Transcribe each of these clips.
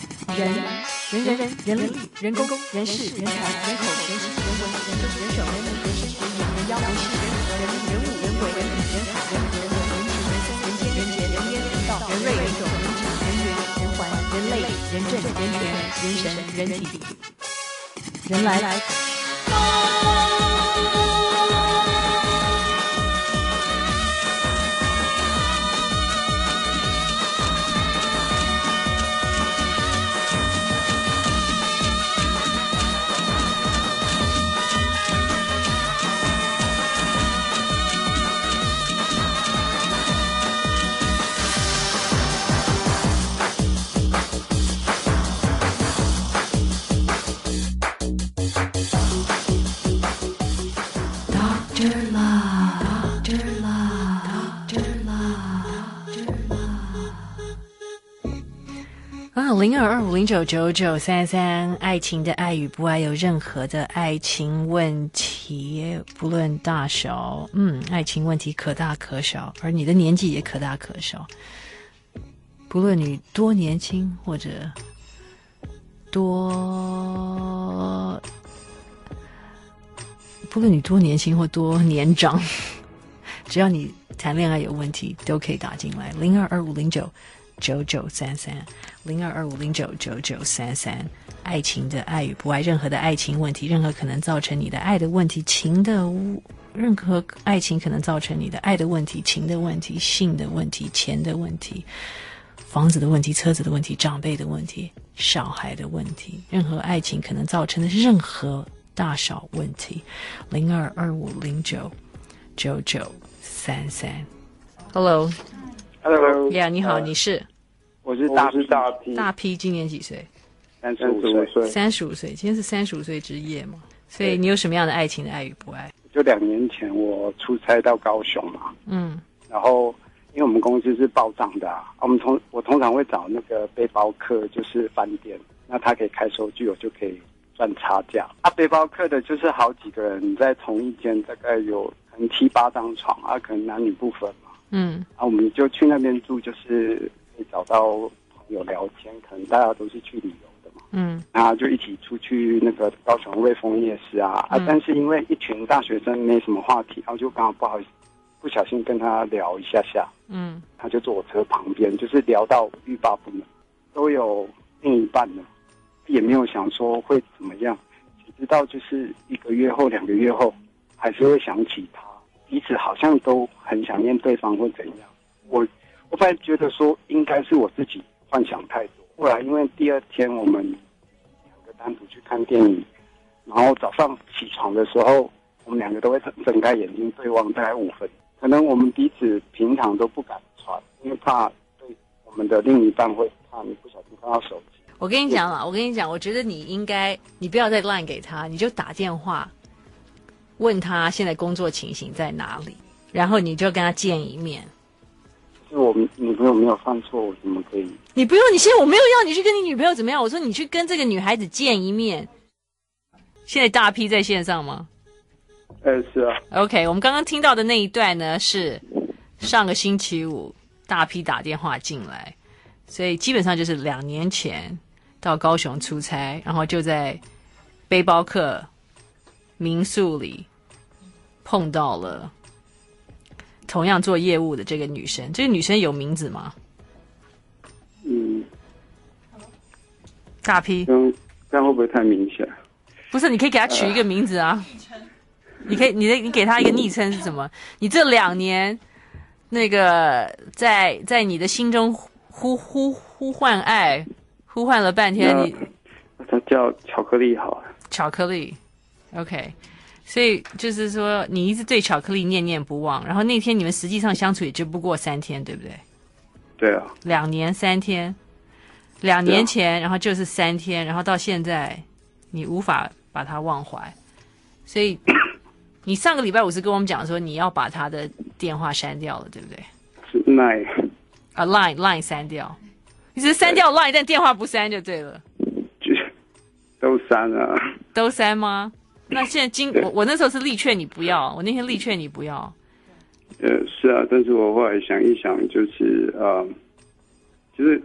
人人人人人力人工人事人才人口人情人文人政人手人民人身人眼人妖人事人人人物人鬼人品人海人人文人情人送人间人杰人烟人道人瑞人种人质人缘人环人类人政人权人神人体人来来。 Doctor Love, Doctor Love, Doctor Love, Doctor Love。啊，零二二五零九九九三三，爱情的爱与不爱有任何的爱情问题，不论大小，嗯，爱情问题可大可小，嗯而你的年纪也可大可小。不论你多年轻或者多，不论你多年轻或多年长，只要你谈恋爱有问题，都可以打进来零二二五零九九九三三零二二五零九九九三三。爱情的爱与不爱，任何的爱情问题，任何可能造成你的爱的问题，情的任何爱情可能造成你的爱的问题、情的问题、性的问题、钱的问题、房子的问题、车子的问题、长辈的问题、小孩的问题，任何爱情可能造成的任何大小问题，零二二五零九九九三三。Hello，Yeah， Hello，你好，呃你是我哦是大是大 P，大 P，今年几岁？三十五岁，三十五岁，今天是三十五岁之夜嘛，所以对你有什么样的爱情的爱与不爱？就两年前我出差到高雄嘛，嗯然后因为我们公司是报账的、啊，我们通我通常会找那个背包客，就是饭店，那他可以开收据，我就可以赚差价。啊，背包客的就是好几个人在同一间，大概有可能七八张床啊，可能男女不分嘛，嗯啊，我们就去那边住，就是可以找到朋友聊天，可能大家都是去旅游的嘛。嗯然后就一起出去那个高雄瑞丰夜市啊、嗯啊！但是因为一群大学生没什么话题，然后就刚好不好意思，不小心跟他聊一下下，嗯他就坐我车旁边，就是聊到欲罢不能，都有另一半了，也没有想说会怎么样，只知道就是一个月后、两个月后，还是会想起他，彼此好像都很想念对方或怎样。我我本来觉得说应该是我自己幻想太多，后来因为第二天我们两个单独去看电影，然后早上起床的时候，我们两个都会睁睁开眼睛对望大概五分钟可能我们彼此平常都不敢穿，因为怕对我们的另一半会怕你不小心看到手机。我跟你 讲啊，我跟你讲，我觉得你应该，你不要再乱给他，你就打电话问他现在工作情形在哪里，然后你就跟他见一面。就是我们女朋友没有犯错，我怎么可以？你不用，你现在我没有要你去跟你女朋友怎么样，我说你去跟这个女孩子见一面。现在大 P 在线上吗呃，是啊， ？OK，我们刚刚听到的那一段呢是上个星期五大 P 打电话进来，所以基本上就是两年前到高雄出差，然后就在背包客民宿里碰到了同样做业务的这个女生。这个女生有名字吗？嗯，大 P 这样这样会不会太明显？不是，你可以给他取一个名字啊。你可以，你的你给他一个昵称是什么？你这两年，那个在在你的心中呼呼呼唤爱，呼唤了半天，那你那它叫巧克力好啊了。巧克力，OK，所以就是说你一直对巧克力念念不忘。然后那天你们实际上相处也就不过三天，对不对？对啊，两年三天，两对啊年前，然后就是三天，然后到现在，你无法把它忘怀，所以你上个礼拜五是跟我们讲说你要把他的电话删掉了，对不对？是奈啊，Line Line 删掉，你只是删掉 Line，但电话不删就对了， 就都啊删了。都删吗？那现在今对我我那时候是力劝你不要，我那天力劝你不要，呃，是啊，但是我后来想一想，就是呃，就是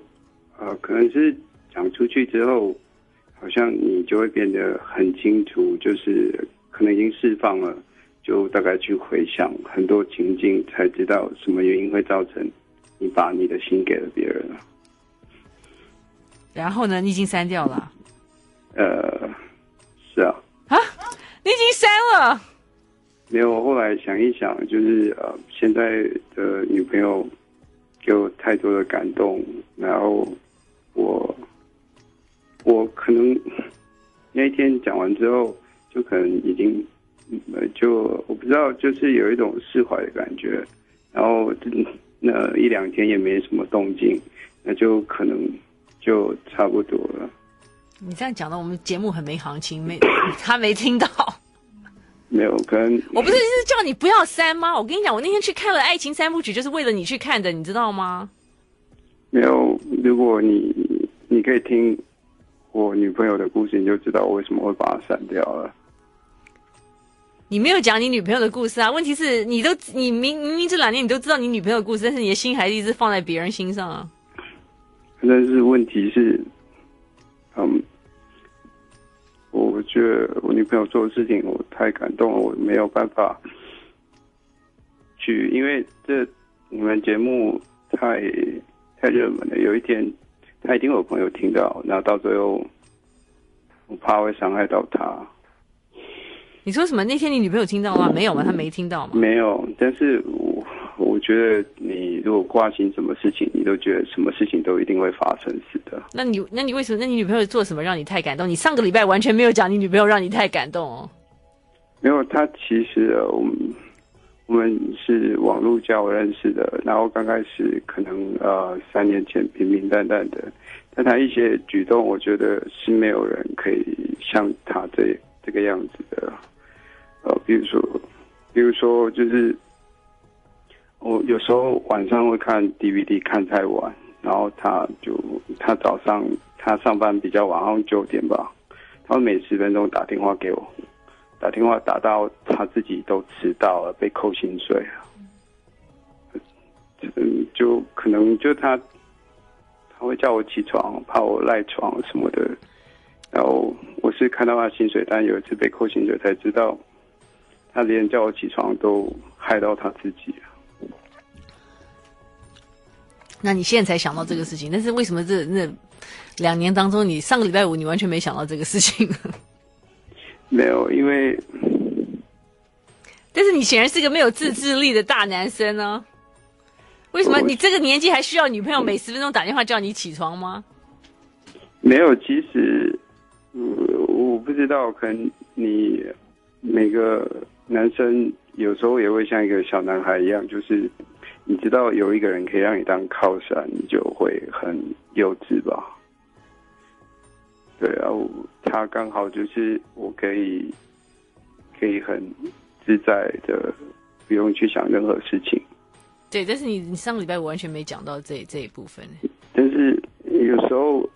呃，可能是讲出去之后，好像你就会变得很清楚，就是可能已经释放了，就大概去回想很多情境，才知道什么原因会造成你把你的心给了别人啊了。然后呢，你已经删掉了，呃，是啊，你已经删了，没有。我后来想一想，就是呃，现在的女朋友给我太多的感动，然后我我可能那一天讲完之后，就可能已经呃，就我不知道，就是有一种释怀的感觉。然后嗯那一两天也没什么动静，那就可能就差不多了。你这样讲的，我们节目很没行情，没 他没听到。没有，可能我不是就是叫你不要删吗？我跟你讲，我那天去看了《爱情三部曲》，就是为了你去看的，你知道吗？没有，如果你你可以听我女朋友的故事，你就知道我为什么会把它删掉了。你没有讲你女朋友的故事啊。问题是你都你明明明这两年你都知道你女朋友的故事，但是你的心还一直放在别人心上啊。但是问题是，嗯，我觉得我女朋友做的事情我太感动了，我没有办法去，因为这你们节目太太热门了，有一天他一定有朋友听到，然后到最后我怕会伤害到他。你说什么？那天你女朋友听到吗？没有吗？她没听到吗？没有，但是我我觉得你如果挂心什么事情，你都觉得什么事情都一定会发生似的。那你那你为什么？那你女朋友做什么让你太感动？你上个礼拜完全没有讲你女朋友让你太感动哦。没有，他其实呃我们我们是网络交友认识的，然后刚开始可能呃三年前平平淡淡的，但他一些举动，我觉得是没有人可以像他这这个样子的。呃，比如说，比如说就是我呃有时候晚上会看 DVD 看太晚，然后他就他早上他上班比较晚，好像九点吧，他每十分钟打电话给我，打电话打到他自己都迟到了，被扣薪水了。嗯，就可能就他他会叫我起床，怕我赖床什么的。然后我是看到他薪水单，有一次被扣薪水才知道，他连叫我起床都害到他自己啊了。那你现在才想到这个事情，但是为什么这那两年当中，你上个礼拜五你完全没想到这个事情？没有，因为但是你显然是个没有自制力的大男生呢、为什么你这个年纪还需要女朋友每十分钟打电话叫你起床吗？没有，其实，呃，我不知道，可能你每个男生有时候也会像一个小男孩一样，就是你知道有一个人可以让你当靠山，你就会很幼稚吧。对啊，我他刚好就是我可以可以很自在的，不用去想任何事情。对，但是你你上个礼拜我完全没讲到这这一部分，但是有时候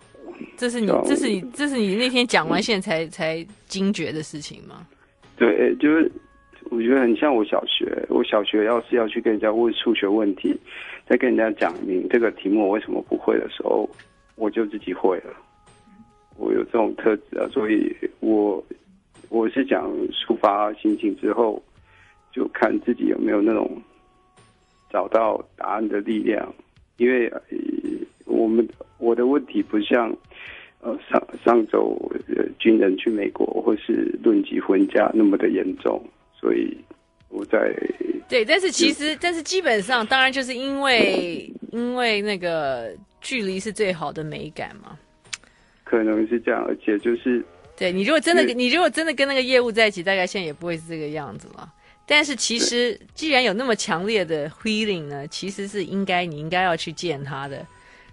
这是你对啊这是你这是你那天讲完现在才才惊觉的事情吗？对，就是我觉得很像我小学，我小学要是要去跟人家问数学问题，在跟人家讲你这个题目我为什么不会的时候，我就自己会了。我有这种特质啊，所以我我是想抒发心情之后，就看自己有没有那种找到答案的力量，因为、呃我们我的问题不像呃，上上周呃军人去美国或是论及婚嫁那么的严重，所以我在对，但是其实但是基本上当然就是因为因为那个距离是最好的美感嘛。可能是这样，而且就是对你如果真的因为你如果真的跟那个业务在一起，大概现在也不会是这个样子了。但是其实既然有那么强烈的 feeling 呢，其实是应该你应该要去见他的，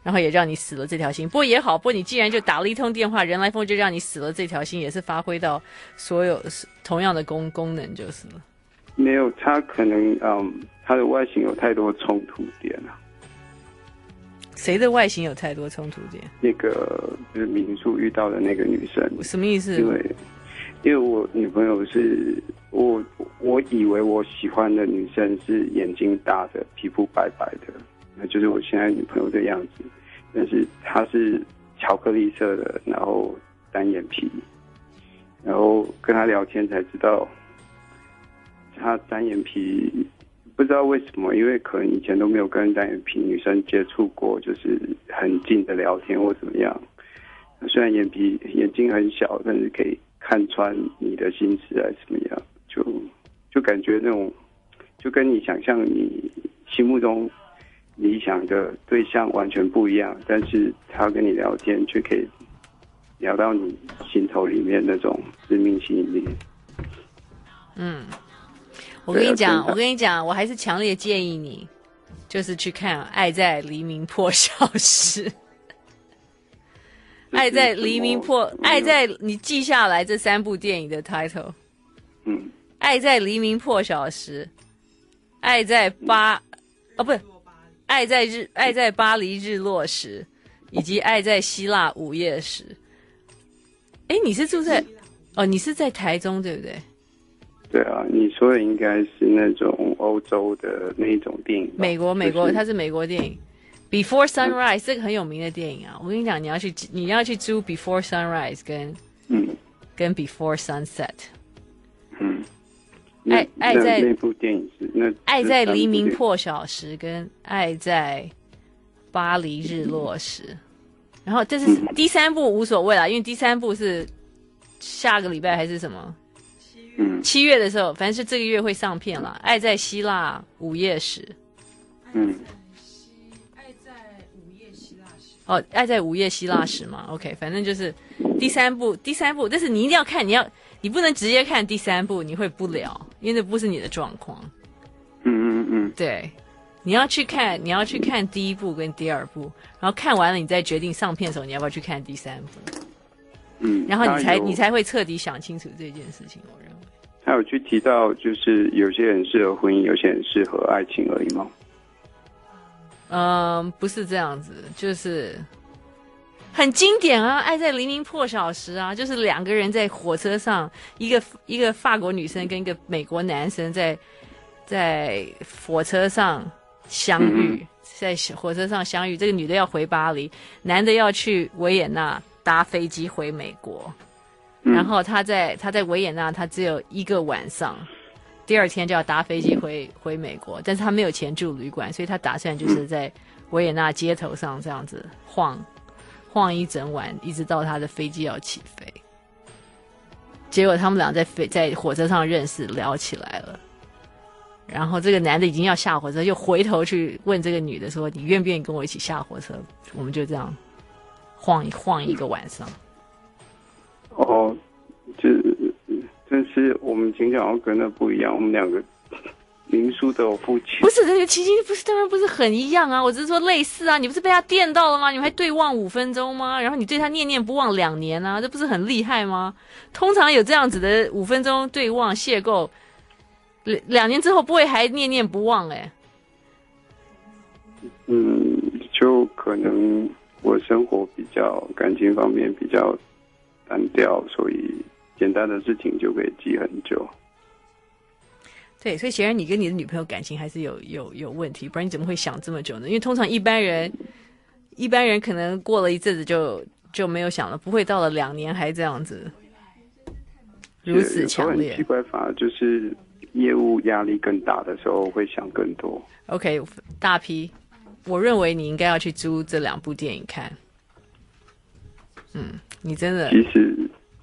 然后也让你死了这条心。不过也好，不过你既然就打了一通电话，人来疯就让你死了这条心，也是发挥到所有同样的功功能就是了。没有他可能嗯，他的外形有太多冲突点啊了、谁的外形有太多冲突点？那个就是民宿遇到的那个女生，什么意思？因为因为我女朋友是我我以为我喜欢的女生是眼睛大的、皮肤白白的，那就是我现在女朋友的样子。但是她是巧克力色的，然后单眼皮，然后跟他聊天才知道，他单眼皮不知道为什么，因为可能以前都没有跟单眼皮女生接触过，就是很近的聊天或怎么样。虽然眼皮眼睛很小，但是可以看穿你的心思还是怎么样，就就感觉那种，就跟你想象你心目中理想的对象完全不一样，但是他跟你聊天却可以聊到你心头里面那种致命吸引力。我跟你对讲啊，我跟你讲，我还是强烈建议你，就是去看《爱在黎明破晓时》。 爱在黎明破 这是什，么爱在你记下来这三部电影的 title，《嗯，爱在黎明破晓时》，《爱在巴》哦不，《爱在日》《爱在巴黎日落时》，以及《爱在希腊午夜时》。哎，你是住在哦，你是在台中对不对？对啊，你说的应该是那种欧洲的那一种电影吧，美国，美国，就是它是美国电影。Before Sunrise 这个很有名的电影啊，我跟你讲，你要去你要去租 Before Sunrise 跟嗯跟 Before Sunset，《嗯，爱那爱那在那部电影是那爱在黎明，那三部电影破晓时》跟《爱在巴黎日落时》，然后这是嗯第三部无所谓啦，因为第三部是下个礼拜还是什么嗯七月的时候，反正是这个月会上片啦，《爱在希腊午夜时》嗯。哦，《爱在午夜希腊时》嘛，OK，反正就是第三部，第三部，但是你一定要看，你要你不能直接看第三部，你会不了，因为那不是你的状况。嗯嗯嗯，对，你要去看，你要去看第一部跟第二部，然后看完了你再决定上片的时候你要不要去看第三部，嗯，然后你才他有你才会彻底想清楚这件事情。我认为他有去提到，就是有些人适合婚姻，有些人适合爱情而已吗？嗯，不是这样子，就是很经典啊，《爱在黎明破晓时》啊，就是两个人在火车上，一个一个法国女生跟一个美国男生在在火车上相遇，在火车上相遇，这个女的要回巴黎，男的要去维也纳搭飞机回美国，嗯然后他在他在维也纳，他只有一个晚上，第二天就要搭飞机回回美国，但是他没有钱住旅馆，所以他打算就是在维也纳街头上这样子晃晃一整晚，一直到他的飞机要起飞。结果他们俩在飞在火车上认识，聊起来了。然后这个男的已经要下火车，又回头去问这个女的说：“你愿不愿意跟我一起下火车？”我们就这样晃一晃一个晚上。哦，就是，但是我们情感好像跟那不一样，我们两个民宿都有付钱不，是这个情境，不是当然不是很一样啊！我只是说类似啊，你不是被他电到了吗？你们还对望五分钟吗？然后你对他念念不忘两年啊，这不是很厉害吗？通常有这样子的五分钟对望邂逅，两两年之后不会还念念不忘哎、嗯，就可能我生活比较感情方面比较单调，所以简单的事情就可以记很久。对，所以显然你跟你的女朋友感情还是有有有问题，不然你怎么会想这么久呢？因为通常一般人，一般人可能过了一阵子就就没有想了，不会到了两年还这样子如此有时候强烈很奇。怪，反而就是业务压力更大的时候会想更多。 OK，大 P，我认为你应该要去租这两部电影看。嗯，你真的其实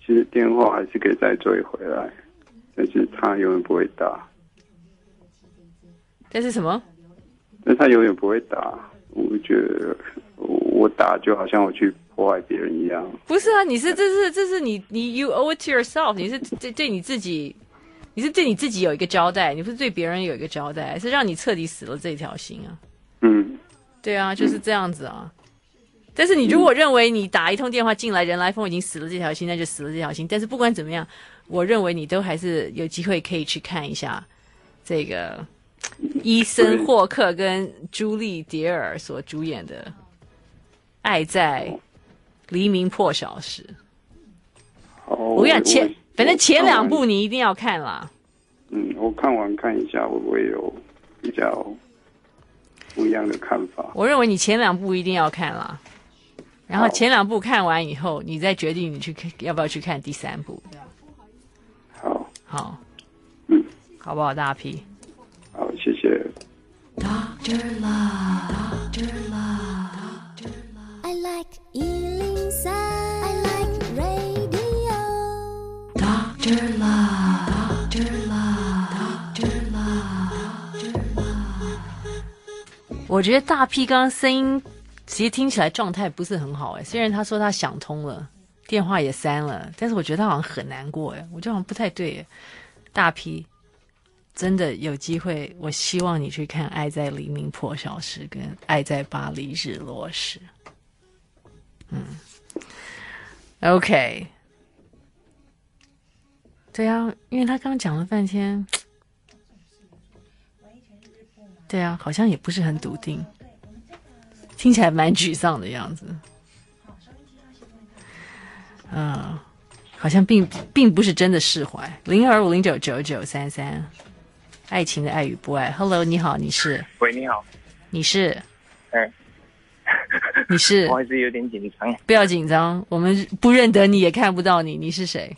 其实电话还是可以再追回来，但是他永远不会打，这是什么？但他永远不会打。我觉得我我打就好像我去破坏别人一样。不是啊，你是这是这是你你 you owe it to yourself，你是对对你自己，你是对你自己有一个交代，你不是对别人有一个交代，是让你彻底死了这条心啊。嗯，对啊，就是这样子啊。但是你如果认为你打一通电话进来，人来疯已经死了这条心，那就死了这条心。但是不管怎么样，我认为你都还是有机会可以去看一下这个伊森霍克跟朱莉蝶尔所主演的《爱在黎明破晓时》。好，我我跟你讲，前我嗯反正前两部我看完你一定要看啦。嗯，我看完看一下，会不会有比较不一样的看法？我认为你前两部一定要看啦。然后前两部看完以后，你再决定你去看要不要去看第三部，好好，嗯，好不好？大 P，好，谢谢。 Dr. Love, Dr. Love, Dr. Love. I like Ealing Sound. I like radio. Dr. Love, Dr. Love, Dr. Love, Dr. Love. 我觉得大 P 刚刚声音其实听起来状态不是很好哎，虽然他说他想通了，电话也删了，但是我觉得他好像很难过哎，我觉得好像不太对哎。大 P 真的有机会，我希望你去看《爱在黎明破晓时》跟《爱在巴黎日落时》。嗯，OK，对啊，因为他刚讲了半天，对啊，好像也不是很笃定。听起来蛮沮丧的样子。嗯、好像并并不是真的释怀。零二五零九九九三三，爱情的爱与不爱。Hello，你好，你是喂，你好，你是嗯， 你是我，还是有点紧张，不要紧张，我们不认得你也看不到你，你是谁？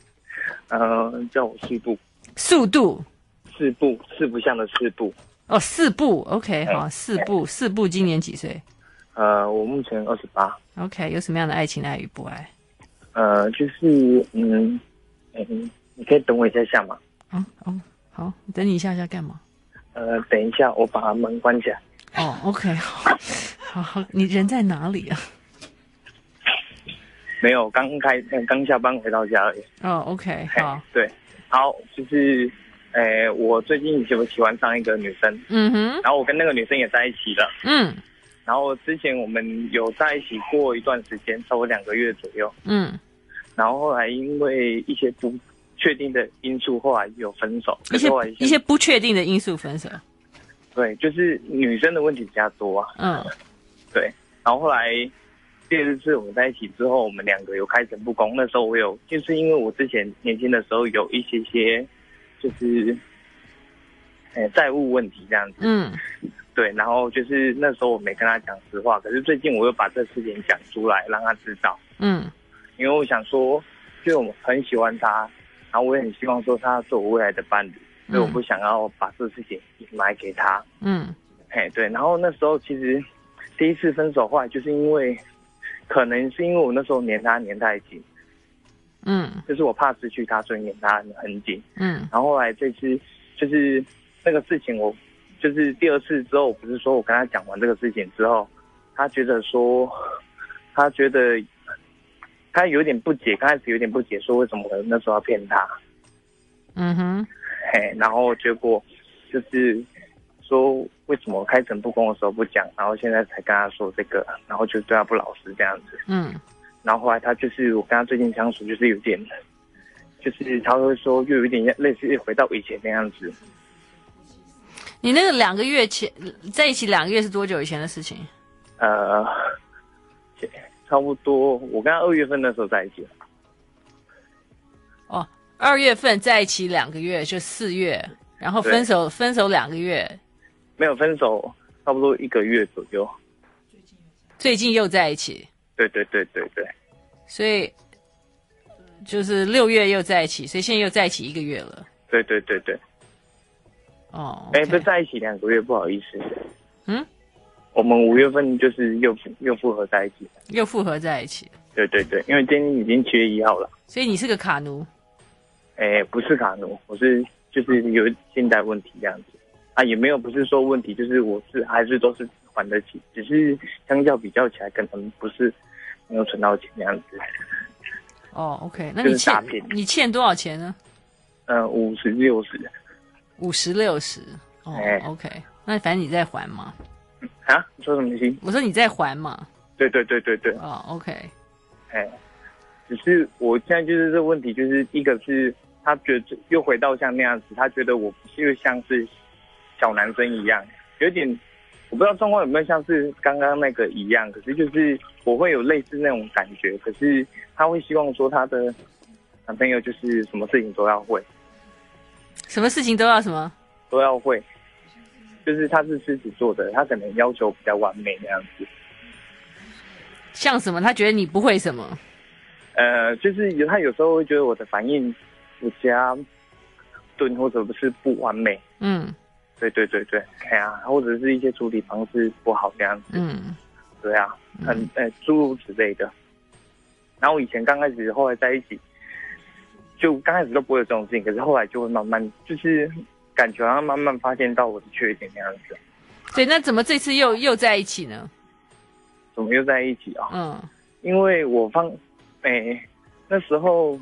呃，叫我四步，速度四步，四不像的四步，哦，四步，OK，哎好，四步，四步，今年几岁呃，我目前二十八， ？OK，有什么样的爱情的爱与不爱？呃，就是嗯，嗯，你可以等我一下下嘛，啊、哦，好，等你一下下干嘛？呃，等一下我把门关起来，哦，OK，好， 好好，你人在哪里啊？没有，刚开呃刚下班回到家而已，哦，OK，嘿好，对，好，就是，呃，我最近喜不喜欢上一个女生，嗯哼，然后我跟那个女生也在一起了，嗯然后之前我们有在一起过一段时间，差不多两个月左右。嗯，然后后来因为一些不确定的因素，后来有分手。一可些是后来一些不确定的因素分手，对，就是女生的问题比较多啊。嗯对，然后后来第二次我们在一起之后，我们两个有开诚布公。那时候我有，就是因为我之前年轻的时候有一些些，就是，呃，债务问题这样子。嗯对，然后就是那时候我没跟他讲实话，可是最近我又把这事情讲出来，让他知道。嗯因为我想说，就我很喜欢他，然后我也很希望说他是我未来的伴侣，嗯所以我不想要把这事情掩埋给他。嗯哎，对，然后那时候其实第一次分手，后来就是因为，可能是因为我那时候黏他黏太紧，嗯就是我怕失去他，所以黏他很紧。嗯然后后来这次就是那个事情我，就是第二次之后，我不是说我跟他讲完这个事情之后，他觉得说，他觉得他有点不解，刚开始有点不解，说为什么我那时候要骗他，嗯哼，嘿，然后结果就是说为什么我开诚布公的时候不讲，然后现在才跟他说这个，然后就对他不老实这样子。嗯然后后来他就是我跟他最近相处就是有点，就是他会说又有点类似回到以前那样子。你那个两个月前在一起两个月是多久以前的事情？呃，差不多，我跟他二月份那时候在一起，哦，二月份在一起两个月，就四月，然后分手分手两个月，没有分手，差不多一个月左右。最近又在一起，对对对对对，所以就是六月又在一起，所以现在又在一起一个月了。对对对对，哦，哎、 OK 不是在一起两个月，不好意思。嗯，我们五月份就是又又复合在一起。又复合在一起，对对对，因为今天已经七月一号了。所以你是个卡奴。哎、不是卡奴，我是就是有信贷问题这样子啊，也没有不是说问题，就是我是还是都是还得起，只是相较比较起来，可能不是没有存到钱这样子。哦，OK，那就你是诈欠骗你欠多少钱呢？呃，五十六十五十六十。哦哎，OK，那反正你在还嘛。啊？你说什么星？我说你在还嘛。对对对对对，哦，OK，哎，只是我现在就是这个问题，就是一个是他觉得又回到像那样子，他觉得我又像是小男生一样，有点我不知道状况有没有像是刚刚那个一样，可是就是我会有类似那种感觉，可是他会希望说他的男朋友就是什么事情都要会，什么事情都要什么？都要会。就是他是狮子座的，他可能要求比较完美那样子。像什么？他觉得你不会什么？呃，就是有他有时候会觉得我的反应比较钝，或者不是不完美。嗯对对对对，哎呀、或者是一些处理方式不好这样子。嗯对啊，很呃诸如此类的。然后以前刚开始，后来在一起，就刚开始都不会有这种事情，可是后来就会慢慢，就是感觉好像慢慢发现到我的缺点那样子。对，那怎么这次又又在一起呢？怎么又在一起啊、嗯因为我放，哎、那时候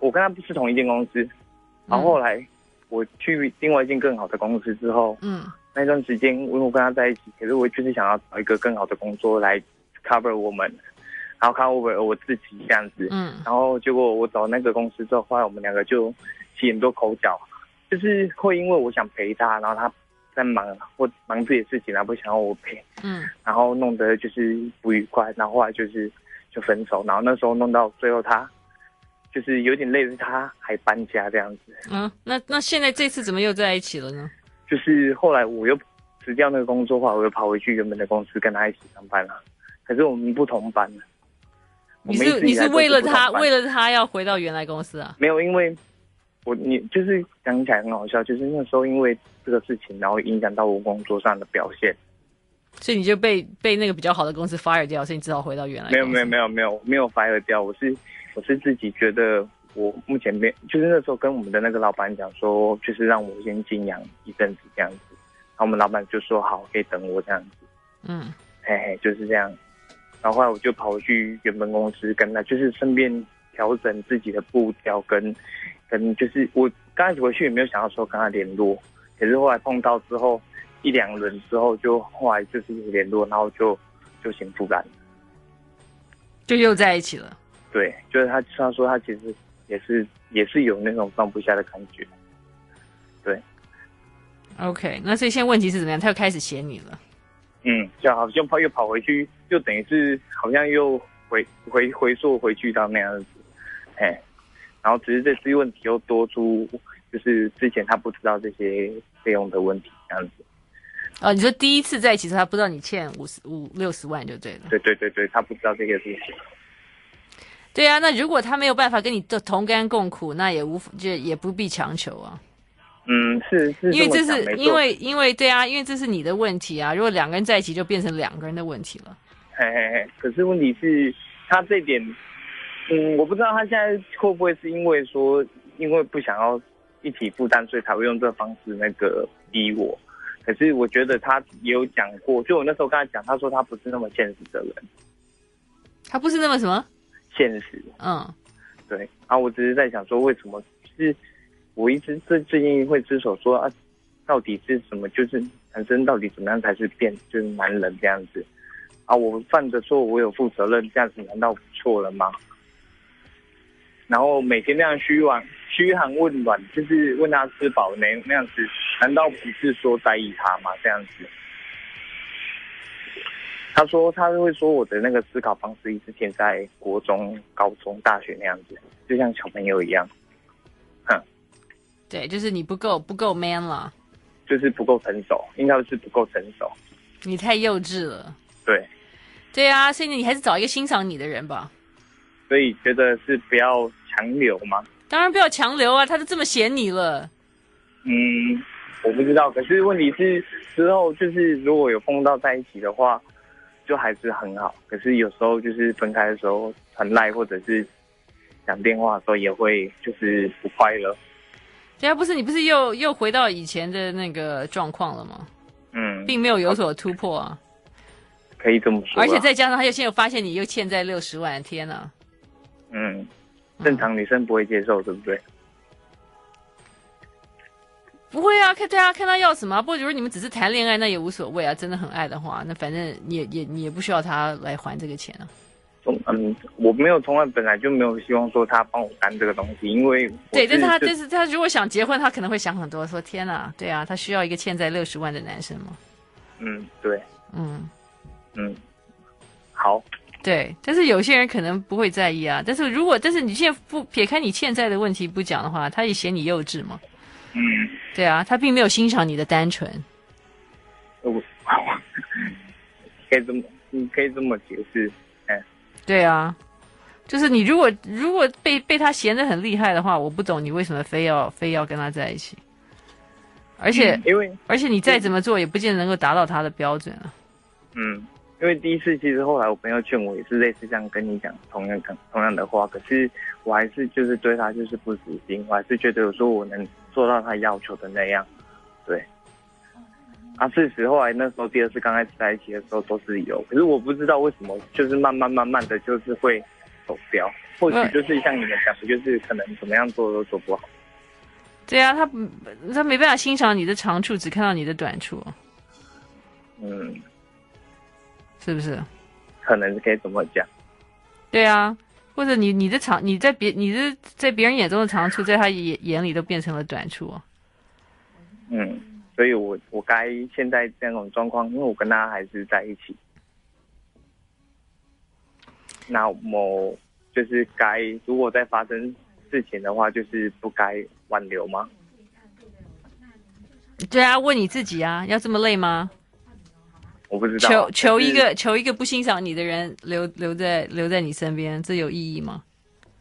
我跟他不是同一间公司，然后后来我去另外一间更好的公司之后，嗯那段时间，因为我跟他在一起，可是我就是想要找一个更好的工作来 cover 我们，然后 cover 我自己这样子。嗯然后结果我找那个公司之后，后来我们两个就起很多口角，就是会因为我想陪他，然后他在忙或忙自己的事情，然后不想要我陪，嗯然后弄得就是不愉快，然后后来就是就分手，然后那时候弄到最后他就是有点类似他还搬家这样子，嗯，那那现在这次怎么又在一起了呢？就是后来我又辞掉那个工作后，我又跑回去原本的公司跟他一起上班了。可是我们不同班了。你我们一是直以你来是都为了不同他，班为了他要回到原来公司啊？没有，因为我你就是讲起来很好笑，就是那时候因为这个事情，然后影响到我工作上的表现。所以你就被被那个比较好的公司 fire 掉，所以你只好回到原来没有没有有，没有没有没有 fire 掉，我是我是自己觉得我目前没，就是那时候跟我们的那个老板讲说，就是让我先静养一阵子这样子，然后我们老板就说好，可以等我这样子。嗯嘿嘿，就是这样。然后后来我就跑回去原本公司跟他，就是顺便调整自己的步调跟跟就是我刚开始回去也没有想要说跟他联络，可是后来碰到之后一两轮之后就后来就是有联络，然后就就行复然。就又在一起了。对，就是他虽然说他其实也是也是有那种放不下的感觉， OK，那所以现在问题是怎么样？他又开始嫌你了。嗯，就好像跑又跑回去，就等于是好像又回回回溯回去到那样子，哎，然后只是这次问题又多出，就是之前他不知道这些费用的问题，这样子，哦，你说第一次在一起的时候，他不知道你欠五十五六十万就对了。对对对对，他不知道这个事情，对啊，那如果他没有办法跟你同同甘共苦，那也无就也不必强求啊，嗯，是是么因为这想是没错因为因为对啊，因为这是你的问题啊。如果两个人在一起，就变成两个人的问题了。嘿嘿嘿，可是问题是，他这点，嗯，我不知道他现在会不会是因为说，因为不想要一起负担，所以才会用这方式那个逼我。可是我觉得他也有讲过，就我那时候跟他讲，他说他不是那么现实的人，他不是那么什么，现实嗯对。然后我只是在想说，为什么就是我一直最最近会之所说啊，到底是什么？就是男生到底怎么样才是变就是男人这样子啊？我犯着错，我有负责任，这样子难道错了吗？然后每天那样嘘婉嘘寒问暖，就是问他吃饱没那样子，难道不是说在意他吗？这样子。他说他会说我的那个思考方式一直停在国中、高中、大学那样子，就像小朋友一样，对，就是你不够不够 man 了，就是不够成熟，应该是不够成熟。你太幼稚了。对，对啊，所以你还是找一个欣赏你的人吧。所以觉得是不要强留嘛。当然不要强留啊，他都这么嫌你了。嗯，我不知道，可是问题是之后就是如果有碰到在一起的话，就还是很好。可是有时候就是分开的时候传赖或者是讲电话的时候也会就是不快乐。对啊，不是你不是又又回到以前的那个状况了吗？嗯，并没有有所突破啊，可以这么说吧。而且再加上他又现在又发现你又欠债六十万，天哪！嗯，正常女生不会接受，对不对？不会啊，看对啊，看他要什么啊、不过如果你们只是谈恋爱，那也无所谓啊。真的很爱的话，那反正你也也你也不需要他来还这个钱啊。从嗯，我没有从来本来就没有希望说他帮我担这个东西，因为我对，但是他就但是他如果想结婚，他可能会想很多，说天哪，对啊，他需要一个欠债六十万的男生嘛。嗯，对，嗯，嗯，好， 对。但是有些人可能不会在意啊。但是如果但是你现在不撇开你欠债的问题不讲的话，他也嫌你幼稚嘛。嗯，对啊，他并没有欣赏你的单纯。我可以这么你可以这么解释。对啊，就是你如果如果被被他嫌得很厉害的话，我不懂你为什么非要非要跟他在一起，而且、因为而且你再怎么做也不见得能够达到他的标准啊。嗯，因为第一次其实后来我朋友劝我也是类似这样跟你讲同样同同样的话，可是我还是就是对他就是不死心，我还是觉得有时候我能做到他要求的那样，对。啊，事实后来那时候第二次刚开始在一起的时候都是有，可是我不知道为什么，就是慢慢慢慢的就是会走掉，或许就是像你们讲的，就是可能怎么样做都做不好。对啊，他不他没办法欣赏你的长处，只看到你的短处，嗯，是不是？可能可以怎么讲？对啊，或者你你的长你在别你的在别人眼中的长处，在他眼眼里都变成了短处啊。嗯，所以我我该现在这种状况，因为我跟他还是在一起，那么就是该如果再发生事情的话，就是不该挽留吗？对啊，问你自己啊，要这么累吗？我不知道，求求一可是，个求一个不欣赏你的人留留在留在你身边，这有意义吗？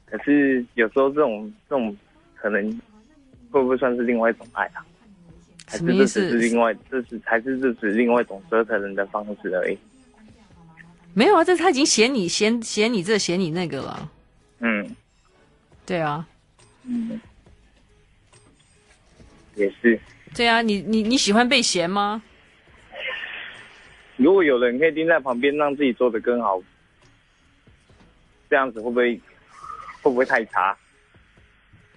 可是有时候这种这种可能会不会算是另外一种爱啊？什还是么这意只是思？另外，这是还是这只是另外一种折腾人的方式而已。没有啊，这他已经嫌你嫌嫌你这嫌你那个了，嗯，对啊，也是。对啊，你你你喜欢被嫌吗？如果有人可以盯在旁边，让自己做的更好，这样子会不会会不会太差？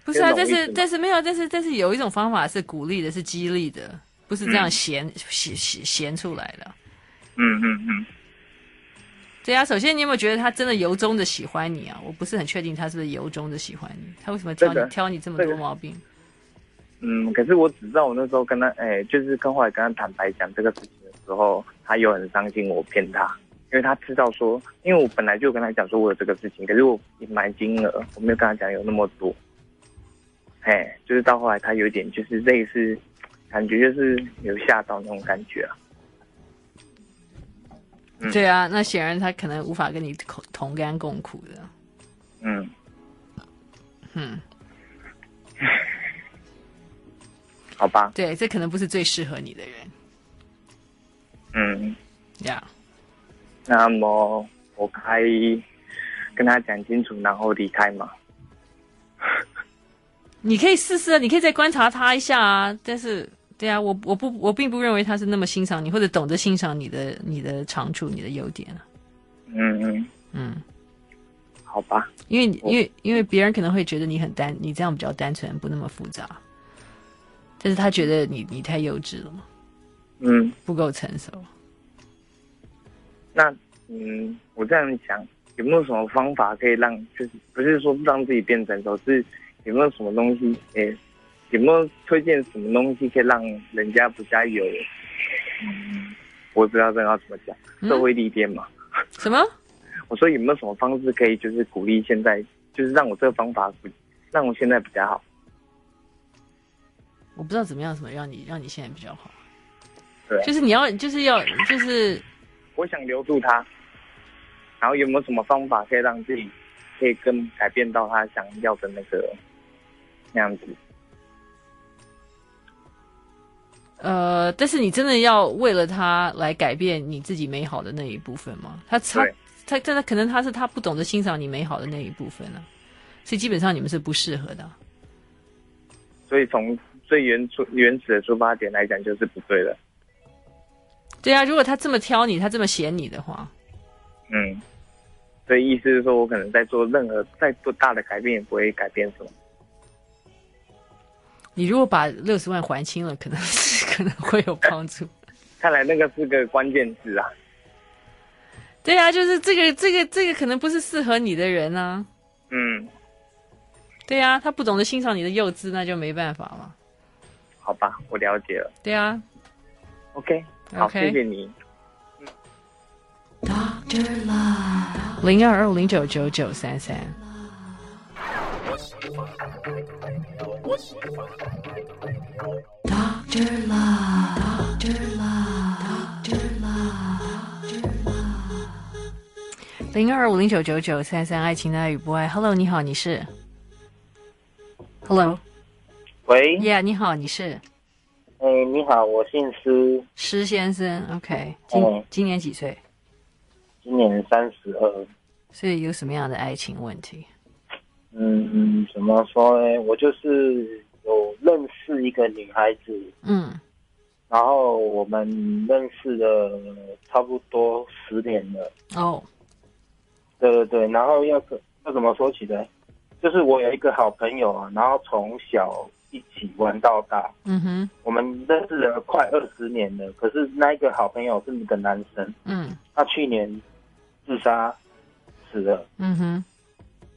不是啊，这但种意是思吗但是没有，但是但是有一种方法是鼓励的，是激励的，不是这样嫌嫌嫌嫌出来的。嗯嗯嗯，对啊，首先你有没有觉得他真的由衷的喜欢你啊？我不是很确定他是不是由衷的喜欢你，他为什么挑你、这个挑你这么这多个毛病？嗯，可是我只知道我那时候跟他，哎、就是跟后来跟他坦白讲这个事情的时候，他有很伤心，我骗他，因为他知道说，因为我本来就跟他讲说我有这个事情，可是我隐瞒金额，我没有跟他讲有那么多。哎，就是到后来他有点就是类似，感觉就是有吓到那种感觉啊。嗯对啊，那显然他可能无法跟你同同甘共苦的。嗯嗯，好吧，对，这可能不是最适合你的人嗯。呀。那么我该跟他讲清楚，然后离开嘛。你可以试试啊，你可以再观察他一下啊。但是，对啊，我我不我并不认为他是那么欣赏你，或者懂得欣赏你的你的长处、你的优点啊。嗯嗯，嗯，好吧，因为因为因为别人可能会觉得你很单，你这样比较单纯，不那么复杂。但是他觉得你你太幼稚了嘛，嗯，不够成熟。那嗯，我这样想，有没有什么方法可以让，就是不是说让自己变成熟，是有没有什么东西，诶、有没有推荐什么东西可以让人家不加油？嗯，我也不知道这个要怎么讲，嗯社会历练嘛。什么？我说有没有什么方式可以，就是鼓励现在，就是让我这个方法不，让我现在比较好。我不知道怎么样，怎么让你让你现在比较好。对啊就是你要，就是要，就是我想留住他，然后有没有什么方法可以让自己可以更改变到他想要的那个那样子？呃，但是你真的要为了他来改变你自己美好的那一部分吗？他他对他真的可能他是他不懂得欣赏你美好的那一部分啊，所以基本上你们是不适合的啊、所以从最原初原始的出发点来讲，就是不对的。对啊，如果他这么挑你，他这么嫌你的话，嗯，所以意思是说我可能在做任何再多大的改变，也不会改变什么。你如果把六十万还清了，可能 可能会有帮助。看来那个是个关键字啊。对啊，就是这个这个这个可能不是适合你的人啊。嗯，对啊，他不懂得欣赏你的幼稚，那就没办法了。好吧，我了解了。对啊 OK，好 OK 谢谢你。 Dr. Love. 零二二五零九九九三三。 Dr. Love. Dr. Love. Dr. Love. Dr. Love. 零二五零九九九三三，爱情的爱与不爱。Hello，你好，你是？Hello，Yeah，喂，你好，你是哎、你好，我姓施，施先生？OK，今、嗯今年几岁？今年三十二。所以有什么样的爱情问题？嗯嗯，怎么说呢？我就是有认识一个女孩子，嗯然后我们认识了差不多十年了。哦，对对对，然后要怎要怎么说起呢？就是我有一个好朋友啊，然后从小一起玩到大，嗯哼，我们认识了快二十年了。可是那一个好朋友是一个男生，嗯他去年自杀死了。嗯哼，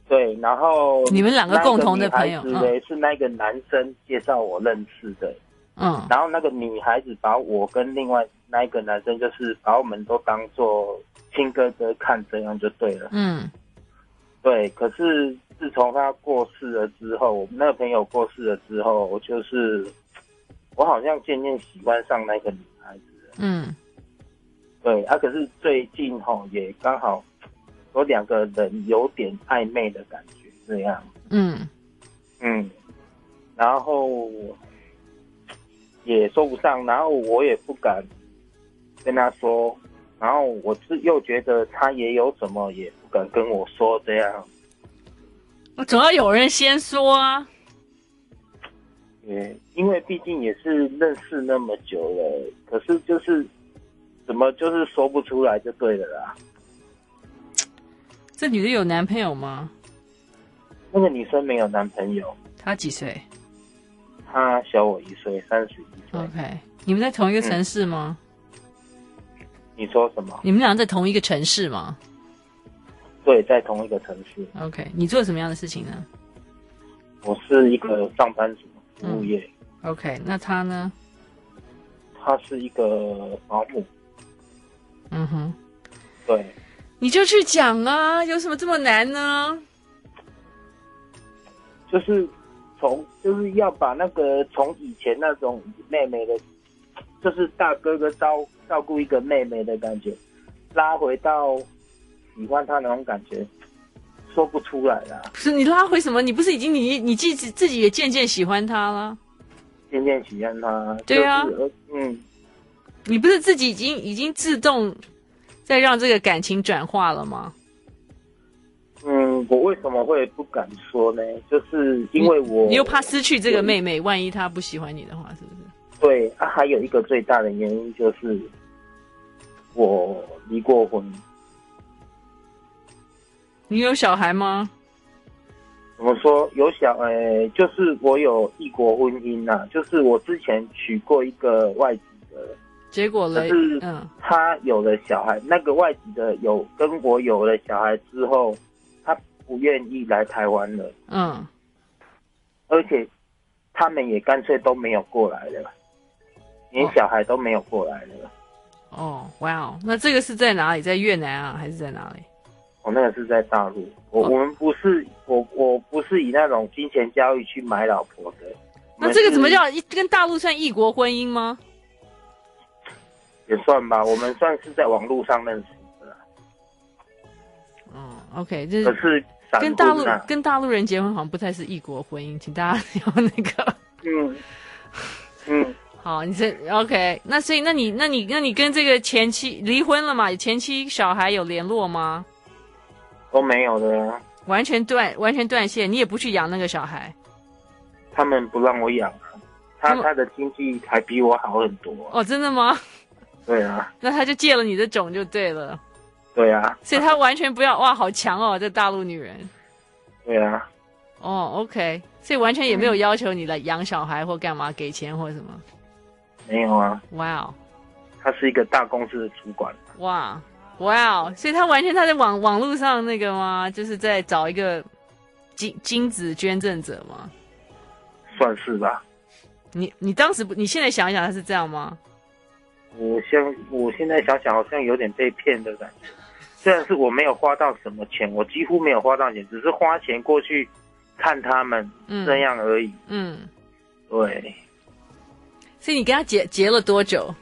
对，然后你们两个共同的朋友那个女孩子嘞是那个男生介绍我认识的，嗯然后那个女孩子把我跟另外那一个男生，就是把我们都当做亲哥哥看，这样就对了。嗯对，可是自从他过世了之后，我们那个朋友过世了之后，我就是我好像渐渐喜欢上那个女孩子了。嗯对，啊，可是最近吼也刚好有两个人有点暧昧的感觉，这样。嗯嗯，然后也说不上，然后我也不敢跟他说，然后我是又觉得他也有什么也不敢跟我说，这样嗯，总要有人先说啊。也因为毕竟也是认识那么久了，可是就是怎么就是说不出来就对了啦。这女的有男朋友吗？那个女生没有男朋友，她几岁她小我一岁，三十一岁。 ？OK，你们在同一个城市吗？你说什么？你们俩在同一个城市吗对，在同一个城市， ？OK，你做什么样的事情呢我是一个上班族，服务业。 ？OK，那她呢？她是一个保姆，嗯哼，对，你就去讲啊，有什么这么难呢？就是从就是要把那个从以前那种妹妹的，就是大哥哥照照顾一个妹妹的感觉，拉回到喜欢她那种感觉，说不出来啦，不是你拉回什么？你不是已经你你自己自己也渐渐喜欢她了？渐渐喜欢她，对啊就是呃嗯，你不是自己已经已经自动在让这个感情转化了吗？嗯，我为什么会不敢说呢？就是因为我你又怕失去这个妹妹，万一她不喜欢你的话，是不是？对、啊，还有一个最大的原因就是我离过婚，你有小孩吗？怎么说有小呃，就是我有异国婚姻呐、就是我之前娶过一个外籍的，结果嘞可是，嗯他有了小孩，那个外籍的有跟我有了小孩之后，他不愿意来台湾了，嗯，而且他们也干脆都没有过来了，连小孩都没有过来了。哦，哇哦，那这个是在哪里？在越南啊，还是在哪里？我、那个是在大陆，我、哦我们不是我我不是以那种金钱交易去买老婆的。那这个怎么我们是叫一跟大陆算异国婚姻吗？也算吧？我们算是在网络上认识的啦。嗯，OK，就可是是闪跟大陆婚啊跟大陆人结婚好像不太是异国婚姻，请大家 要那个嗯嗯，好，你这 OK？那所以那你那你那你跟这个前妻离婚了嘛？前妻小孩有联络吗？都没有的啊，完全断完全断线，你也不去养那个小孩。他们不让我养啊。他那么他的经济还比我好很多啊、哦，真的吗？ 对啊，那他就借了你的种就对了，对啊，所以他完全不要哇，好强哦，这大陆女人。对啊，哦，OK，所以完全也没有要求你来养小孩或干嘛，给钱或什么。没有啊，哇哦，他是一个大公司的主管，哇，哇哦，所以他完全他在网网络上那个吗？就是在找一个精精子捐赠者吗？算是吧。你你当时不，你现在想一想，他是这样吗？我现我现在想想，好像有点被骗的感觉。虽然是我没有花到什么钱，我几乎没有花到钱，只是花钱过去看他们嗯这样而已。嗯，对，所以你跟他结结了多久？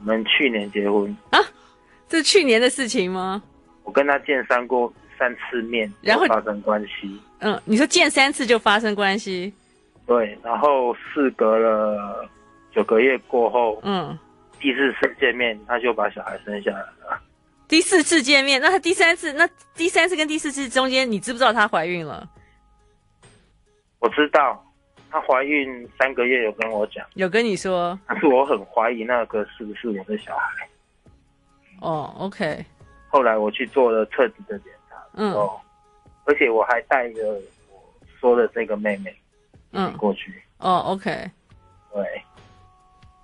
我们去年结婚，这是去年的事情吗？我跟他见三过三次面，然后发生关系，嗯，你说见三次就发生关系，对，然后事隔了九个月过后，嗯，第四次见面，他就把小孩生下来了。第四次见面，那他第三次，那第三次跟第四次中间，你知不知道她怀孕了？我知道她怀孕三个月有跟我讲，有跟你说？但是我很怀疑那个是不是我的小孩。哦，OK，后来我去做了彻底的检查嗯哦，而且我还带着我说的这个妹妹嗯，过去，哦，OK，对，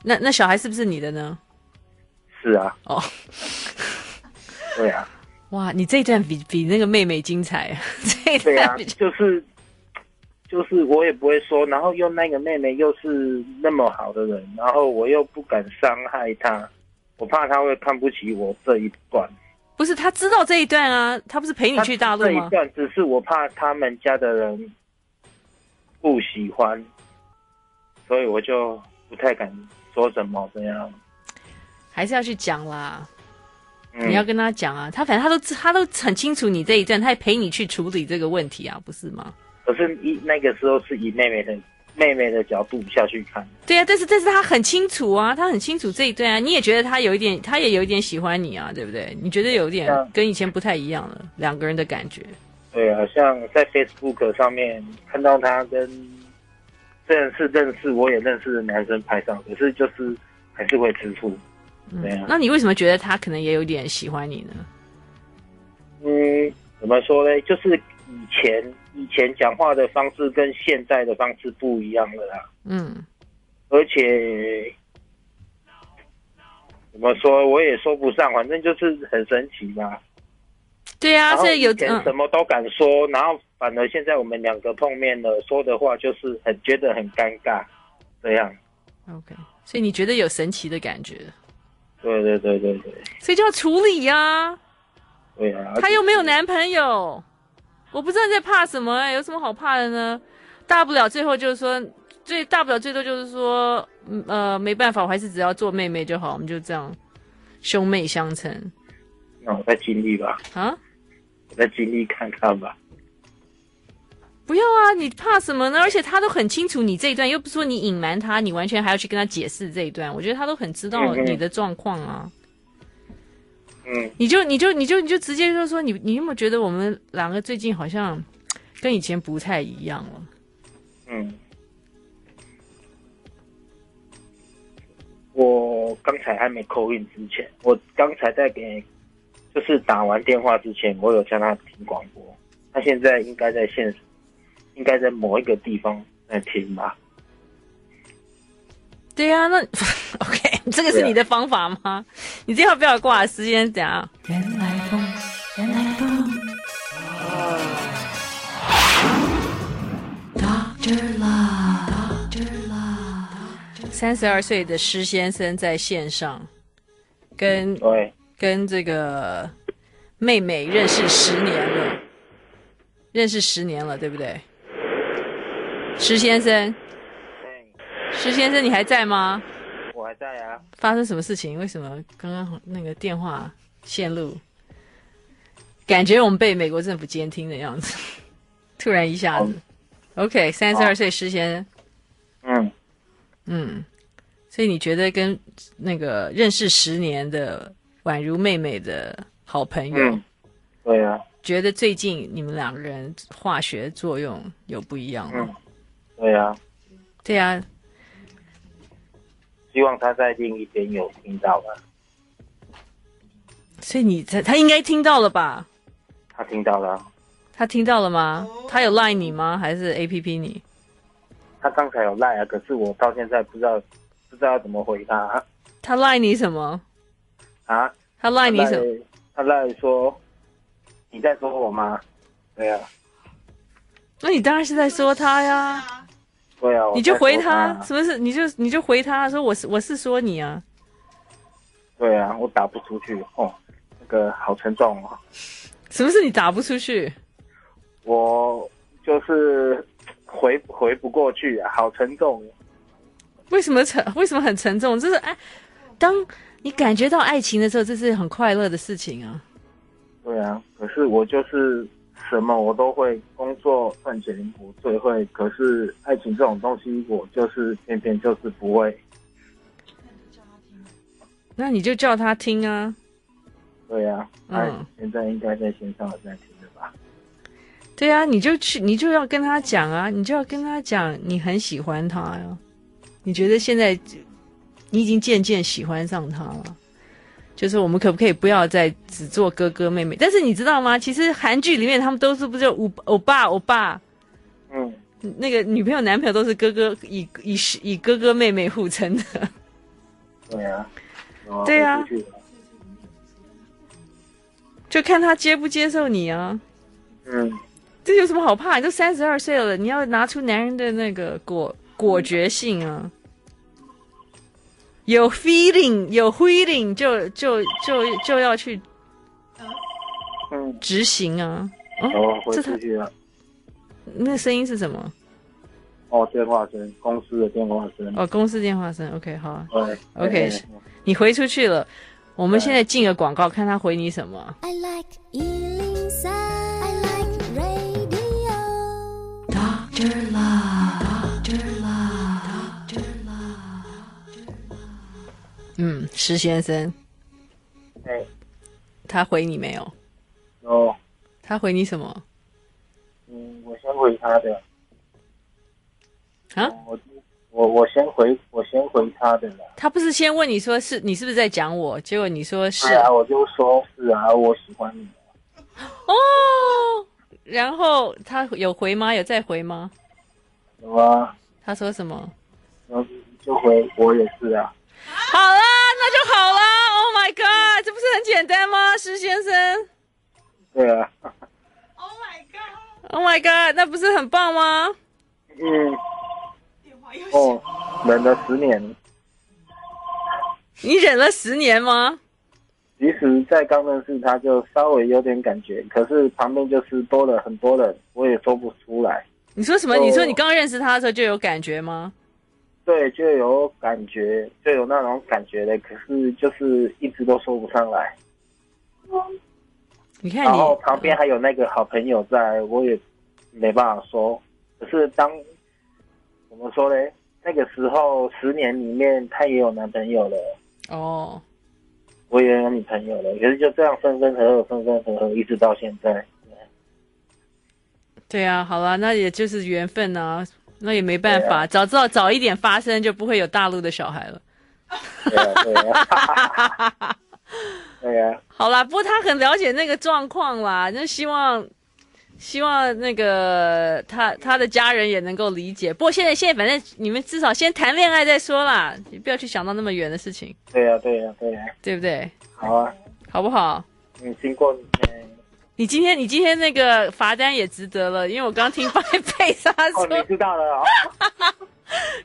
那那小孩是不是你的呢？是啊，哦，对啊，哇，你这一段比比那个妹妹精彩， 这一对啊段比，就是就是我也不会说，然后又那个妹妹又是那么好的人，然后我又不敢伤害她，我怕她会看不起我这一段。不是他知道这一段啊，他不是陪你去大陆这吗一？段只是我怕他们家的人不喜欢，所以我就不太敢说什么这样。还是要去讲啦，嗯、你要跟他讲啊，他反正他都知他都很清楚你这一段，他也陪你去处理这个问题啊，不是吗？可是以那个时候是以妹妹的妹妹的角度下去看，对啊，但是但是他很清楚啊，他很清楚这一段啊，你也觉得他有一点，他也有一点喜欢你啊，对不对？你觉得有一点对啊跟以前不太一样了，两个人的感觉。对啊，像在 Facebook 上面看到他跟虽然是认识我也认识的男生拍照，可是就是还是会吃醋。对啊嗯那你为什么觉得他可能也有点喜欢你呢？嗯，怎么说呢？就是以前以前讲话的方式跟现在的方式不一样了啦，嗯，而且怎么说我也说不上，反正就是很神奇吧。对啊，然后所以有以前嗯什么都敢说，然后反而现在我们两个碰面了，说的话就是很觉得很尴尬，这样。 ，OK，所以你觉得有神奇的感觉，对对对对对所以就要处理啊呀、对啊！她又没有男朋友，我不知道你在怕什么、哎有什么好怕的呢？大不了最后就是说，最大不了最多就是说，嗯呃，没办法，我还是只要做妹妹就好，我们就这样兄妹相称那我再尽力吧，啊！我再尽力看看吧。不要啊，你怕什么呢？而且他都很清楚你这一段，又不是说你隐瞒他，你完全还要去跟他解释这一段，我觉得他都很知道嗯嗯你的状况啊。嗯，你就你就你就你就直接就说你你有没有觉得我们两个最近好像跟以前不太一样了？嗯，我刚才还没扣印之前，我刚才在给，就是打完电话之前，我有叫他听广播。他现在应该在现，应该在某一个地方在听吧？对呀、那 OK，这个是你的方法吗？你这样不要挂，时间怎样？人来疯，人来疯。Doctor Love, Doctor Love, 三十二岁的施先生在线上跟对，跟这个妹妹认识十年了，认识十年了，对不对？施先生，施先生，你还在吗？哎我还在啊。发生什么事情？为什么刚刚那个电话线路？感觉我们被美国政府监听的样子， 突然一下子。OK，三哦十二岁施先生，嗯，嗯，所以你觉得跟那个认识十年的宛如妹妹的好朋友，嗯对啊，觉得最近你们两个人化学作用有不一样吗？嗯对啊，对啊，希望他在另一边有听到吧？啊所以你他他应该听到了吧？他听到了啊。他听到了吗？哦他有赖你吗？还是 A P P 你？他刚才有赖啊，可是我到现在不知道不知道怎么回他啊他赖你什么？啊！他赖你什么？他赖说你在说我吗？对啊，那你当然是在说他呀，对啊，你就回他哦他，，什么事？你就你就回他说我是我是说你啊，对啊，我打不出去哦，那个好沉重哦，什么事你打不出去？我就是回回不过去啊，好沉重。为什么沉？为什么很沉重？这哎是爱，当你感觉到爱情的时候，这是很快乐的事情啊。对啊，可是我就是什么我都会，工作赚钱我最会，可是爱情这种东西，我就是偏偏就是不会。那你就叫他听啊。对啊，嗯哎，现在应该在线上有在听的吧？对啊，你就去，你就要跟他讲啊，你就要跟他讲，你很喜欢他呀、你觉得现在你已经渐渐喜欢上他了，就是我们可不可以不要再只做哥哥妹妹？但是你知道吗？其实韩剧里面他们都是不是就欧欧巴欧巴，嗯，那个女朋友男朋友都是哥哥以以以哥哥妹妹互称的。 对啊，有啊对啊我出去了就看他接不接受你啊。嗯，这有什么好怕？你都三十二岁了，你要拿出男人的那个果果决性啊！有 feeling，有 feeling 就就就就要去嗯，执行啊！有啊我这回才出去了。那声音是什么？哦，电话声，公司的电话声。哦，公司电话声。OK，好啊，对 OK 哎你回出去了。我们现在进个广告，看他回你什么。 I like Ealing Sound. I like radio. Doctor Love, Doctor Love, Doctor Love. 嗯，石先生，哎，他回你没有？有，他回你什么？嗯，我先回他的。啊我我我先回我先回他的了。他不是先问你说是你是不是在讲我？结果你说是对啊，我就说是啊，我喜欢你。哦，然后他有回吗？有再回吗？有啊，他说什么？然后就回我也是啊。好啦，那就好啦。Oh my god，这不是很简单吗，石先生对啊， ？Oh my god，那不是很棒吗？嗯。哦，忍了十年，你忍了十年吗？即使在刚认识他就稍微有点感觉，可是旁边就是多了很多人，我也说不出来。你说什么？哦你说你刚认识他的时候就有感觉吗？对，就有感觉，就有那种感觉的，可是就是一直都说不上来。你看然你后哦旁边还有那个好朋友在，我也没办法说。可是当怎么说嘞？那个时候十年里面，她也有男朋友了，哦，我也有女朋友了，可是就这样分分合合，分分合合，一直到现在。对啊，好啦，那也就是缘分啊，那也没办啊法，早知道早一点发生，就不会有大陆的小孩了。对啊，对啊，对啊，好啦，不过他很了解那个状况啦，那希望希望那个他他的家人也能够理解。不过现在现在反正你们至少先谈恋爱再说啦，你不要去想到那么远的事情， 对啊，对啊，对啊，对不对？好啊，好不好？你经过你，你今天你今天那个罚单也值得了，因为我刚听白贝莎哦， 说，你知道了哦，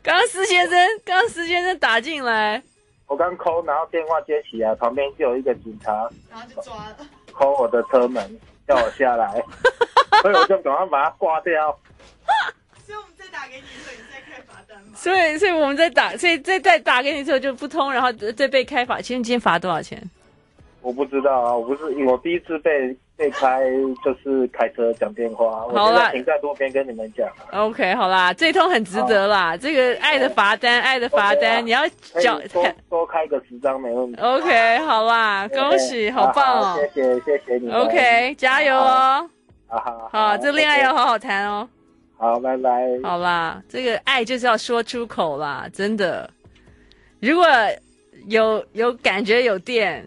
刚刚施先生刚刚施先生打进来，我刚抠，然后电话接起来，旁边就有一个警察，然后就抓了， 抠我的车门，叫我下来，所以我就赶快把它挂掉。所以所以我们在打，所以再再打给你之后就不通，然后再被开罚。请问你今天罚多少钱？我不知道啊，我不是我第一次被被开，就是开车讲电话，我好就啦在停在路边跟你们讲。 OK，好啦，这通很值得啦。这个爱的罚单，爱的罚对啊单，你要可以缴。多多开个十张没问题。 OK，好啦，恭喜，好棒好哦。谢谢谢谢你们。 OK，加油哦！好好好，这恋爱要 OK，好好谈哦。好，拜拜。好啦，这个爱就是要说出口啦，真的。如果有有感觉有电，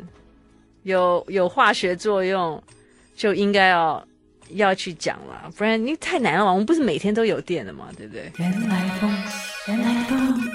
有有化学作用，就应该要要去讲啦，不然你太难了嘛。我们不是每天都有电的嘛，对不对？原来风，原来风。